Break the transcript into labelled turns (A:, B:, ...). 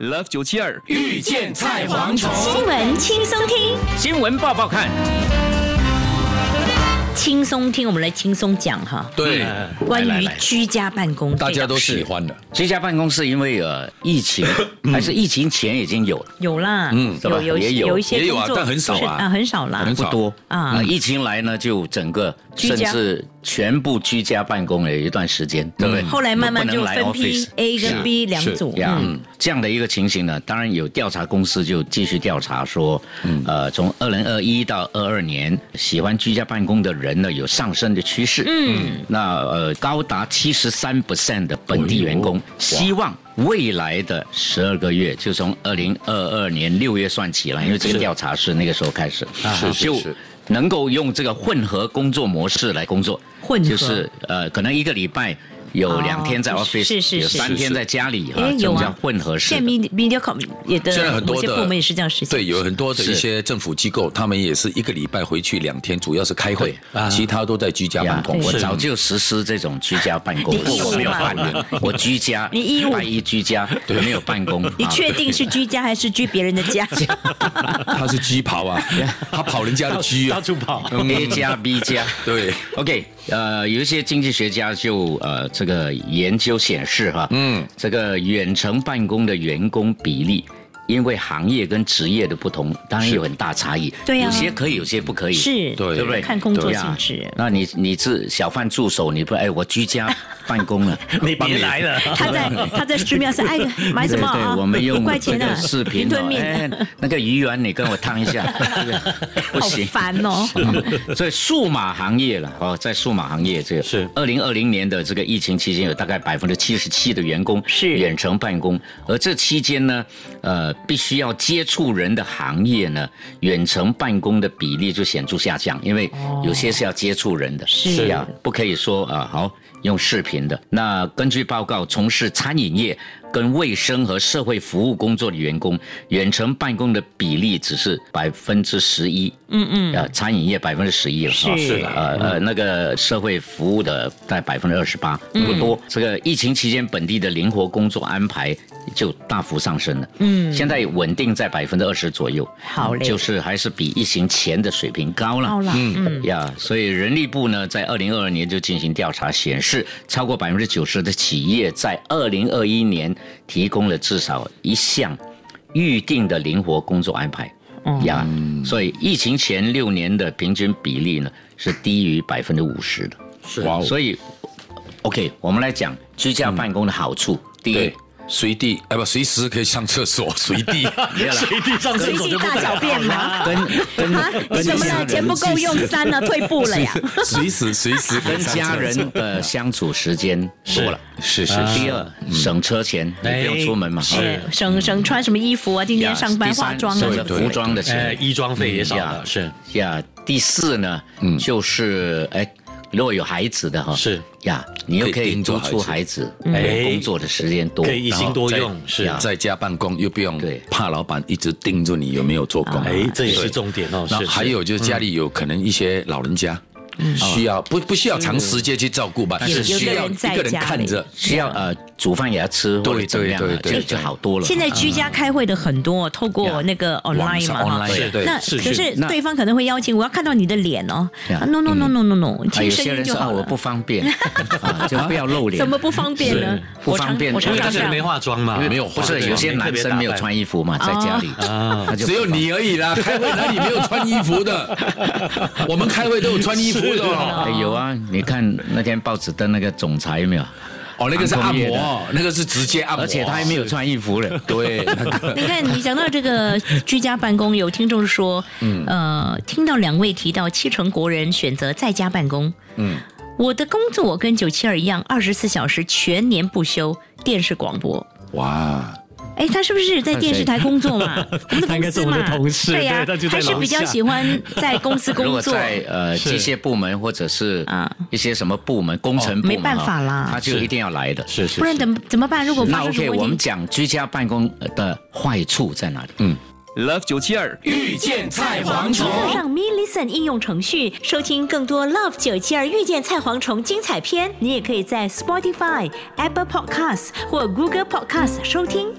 A: Love 九七二遇见
B: 菜蝗虫
C: 新闻轻松听，
A: 新闻报报看，
C: 轻松听，我们来轻松讲哈。
D: 对，
C: 关
B: 来
C: 于
B: 来
C: 居家办公，啊
D: 大家都
C: 这个
D: 喜欢的。
B: 居家办公是因为呃疫情，
C: 嗯
B: 还是疫情前已经有了，
C: 有啦，
B: 嗯是吧
C: 有有
B: 也
C: 一
B: 有
C: 有一些
D: 也有啊
C: 工作
D: 但很少啊
C: 是啊，很少啦
D: 很。
B: 不
D: 少
B: 多
C: 啊
B: 呃疫情来呢，就整个
C: 居
B: 甚
C: 家
B: 至全部居家办公了一段时间，对不对？
C: 嗯后来慢慢
B: 都不能
C: 就
B: 来
C: 分批
B: office
C: A 跟 B 两
D: 是
C: 组，嗯
B: 呀、这样的一个情形呢，当然有调查公司就继续调查说，
C: 嗯
B: 呃，从二零二一到二二年，喜欢居家办公的人呢有上升的趋势。嗯，那呃，高达七十三 percent 的本地员
C: 嗯
B: 工、希望。未来的十二个月，就从二零二二年六月算起
C: 嗯
B: 来，因为这个调查是那个时候开始，
C: 啊
B: 啊
D: 是是
B: 就是能够用这个混合工作模式来工作，
C: 混合
B: 就是呃，可能一个礼拜有两
C: 哦
B: 天在
C: 是
B: office，
C: 是是
B: 有
C: 是
B: 三
C: 是
B: 天在家里啊
C: 哎，
B: 这
C: 有
B: 种
C: 啊
B: 叫，混合式的。
C: 现在 Media Com 也的，
D: 现在很多
C: 某些
D: 的
C: 部门也是这样实行。
D: 对，
B: 啊
D: 有很多的
B: 是
D: 一些政府机构，他们也是一个礼拜回去两天，主要是开会，其他都在居家办公。
B: 我
D: 是
B: 早就实施这种居家办公，
C: 你啊
B: 不过我没有办 公，我居家，
C: 你义务
B: 拜一居家，对，没有办公。
C: 你
B: 啊
C: 确定是居家还是居别人的 家？
D: 他是鸡跑啊，他跑人家的 鸡啊，
E: 处跑。
B: ？A 加 B 加。
D: 对，
B: OK，呃，有一些经济学家就呃这个研究显示哈，嗯，这个远程办公的员工比例。因为行业跟职业的不同，当然有很大差异。
C: 对啊
B: 有些可以，有些不可以。
C: 是
D: 对
B: 对不对？
C: 看工作
B: 对啊
C: 性质
B: 那你你是小贩助手，你不哎，我居家办公了。
E: 你别来了，
C: 他在他在寺庙上，哎，买什么
B: 对
C: 啊？
B: 对，我们
C: 一
B: 用
C: 块
B: 这
C: 钱啊，
B: 个视频
C: 云
B: 哦
C: 吞，面，
B: 哎，那个鱼丸你跟我烫一 下，这个不
C: 好
B: 行。
C: 烦哦。
B: 所以数码行业了哦，在数码行业这个
E: 是
B: 二零二零年的这个疫情期间，有大概百分之七十七的员工
C: 是
B: 远程办公，而这期间呢，呃，必须要接触人的行业呢，远程办公的比例就显著下降，因为有些是要接触人的，
C: 哦是
B: 呀，不可以说啊、好用视频的。那根据报告，从事餐饮业。跟卫生和社会服务工作的员工，远程办公的比例只是百分之十一，嗯嗯，呃，餐饮业百分之十一了，
C: 是
B: 啊
C: 是的嗯
B: 呃呃，那个社会服务的在百分之二十八，
C: 嗯
B: 不多。这个疫情期间，本地的灵活工作安排就大幅上升了，嗯，现在稳定在百分之二十左右，
C: 好嘞
B: 就是还是比疫情前的水平高了，
C: 好啦，嗯，
B: 呀所以人力部呢，在二零二二年就进行调查，显示超过百分之九十的企业在二零二一年提供了至少一项预定的灵活工作安排。呀所以疫情前六年的平均比例呢是低于百分之五十的。
D: 哇哦，
B: 所以，OK，我们来讲居家办公的好处。第一
D: 对，，随地哎不，随时可以上厕所，随地。
B: 没有啦
E: 随地上
C: 随
E: 厕所
C: 地
E: 就不
C: 大
E: 得
C: 小
E: 了。
C: 便嘛。
B: 跟跟
C: 啊，你怎么了？钱不够用三呢，退步了呀。
D: 随时随时可以上
B: 跟
D: 厕所
B: 家人的相处时间多了。
D: 是是
B: 第二，省车钱，你不用出门嘛。
C: 是省省穿什么衣服啊？今天上班
B: 第三
C: 化妆啊，
B: 是
C: 什么之类
B: 服
C: 的
B: 装的
E: 哎，
B: 钱
E: 衣装费也少
B: 嗯
E: 了，是
B: 呀。第四呢，
D: 嗯
B: 就是哎，如果有孩子的哈，
E: 是
B: 呀，你又
D: 可以
B: 可以
D: 盯着
B: 督促
D: 孩
B: 孩子，
C: 嗯
E: 哎
B: 工作的时间多，
E: 可以一
B: 然后
E: 心多
D: 啊在
E: 用，是啊
B: 呀
D: 在家办公又不用
B: 对
D: 怕老板一直盯着你有没有做工。
E: 哎，这也是
D: 对
E: 重点哦，
D: 那
E: 是
D: 还有就是家里有可能一些老人家，需要不不需要长时间去照顾吧，但是
C: 有
D: 需
C: 的
D: 要
C: 人
D: 一
C: 在
D: 个人看着
C: 家。
B: 需要呃煮饭也要吃或者
D: 嗯对
B: 怎么样啊，
D: 对对
B: 这
D: 对
B: 就好多了。
C: 现在居家开会的很多，透过那个
D: 网
C: online
D: 上
C: 嘛，哈
D: online，
E: 是
D: 对
C: 那
E: 是
C: 可是
E: 是
B: 那
C: 对方可能会邀请，我要看到你的脸哦。
B: 呀
C: 啊 no no no no no no，
B: 啊有
C: 听声
B: 些
C: 音
B: 人
C: 就
B: 说啊
C: 好
B: 我
C: 了。
B: 不方 便，啊就不要露脸
C: 怎。么不方便呢？
B: 不
C: 我
B: 方
C: 常
B: 便
C: 我
E: 因
C: 常
E: 为
C: 常
E: 当
C: 这
E: 时
C: 样
E: 没化妆嘛，
B: 因为
D: 有
B: 啊不
D: 化
B: 是
D: 妆
B: 有些男生没有穿衣服嘛，在家里，
C: 哦
B: 他就
D: 啊只有
B: 不方
D: 你而已啦！开会哪里没有穿衣服的？ 我们开会都有穿衣服的哦。
B: 哎有啊，你看那天报纸登那个总裁有没有？
D: 哦，那个是按
B: 航空业
D: 摩，那个是直接按摩，
B: 而且他还没有穿衣服嘞。
D: 对那个
C: 你看，你讲到这个居家办公，有听众说，
E: 嗯
C: 呃，听到两位提到七成国人选择在家办公，嗯，我的工作我跟九七二一样，二十四小时全年不休，电视广播。
D: 哇，
C: 哎，他是不是在电视台工作 嘛？我们的
E: 他
C: 公
E: 应该是
C: 司
E: 我
C: 嘛，
E: 们的同事
C: 对呀、
E: 对他就在
C: 还是
E: 楼
C: 比较
E: 下
C: 喜欢在公司
B: 如
C: 工
B: 果
C: 作。
B: 在呃
E: 是
B: 机械部门或者是
C: 啊哦
B: 一些什么部门工程部门
C: 没办法啦
B: 他就一定要来的。
E: 是是
C: 不然怎么怎么办？如果
B: 那
C: 发生什
B: OK，
C: 么
B: 我
C: 问
B: 们
C: 题，
B: 讲居家办公的坏处在哪里？嗯，
A: Love 九七二
E: 遇见菜
C: 立刻上 Me Listen 应用程序收听更多 Love 九七二遇见菜蝗虫精彩片。你也可以在 Spotify、Apple Podcasts 或 Google Podcasts 收听。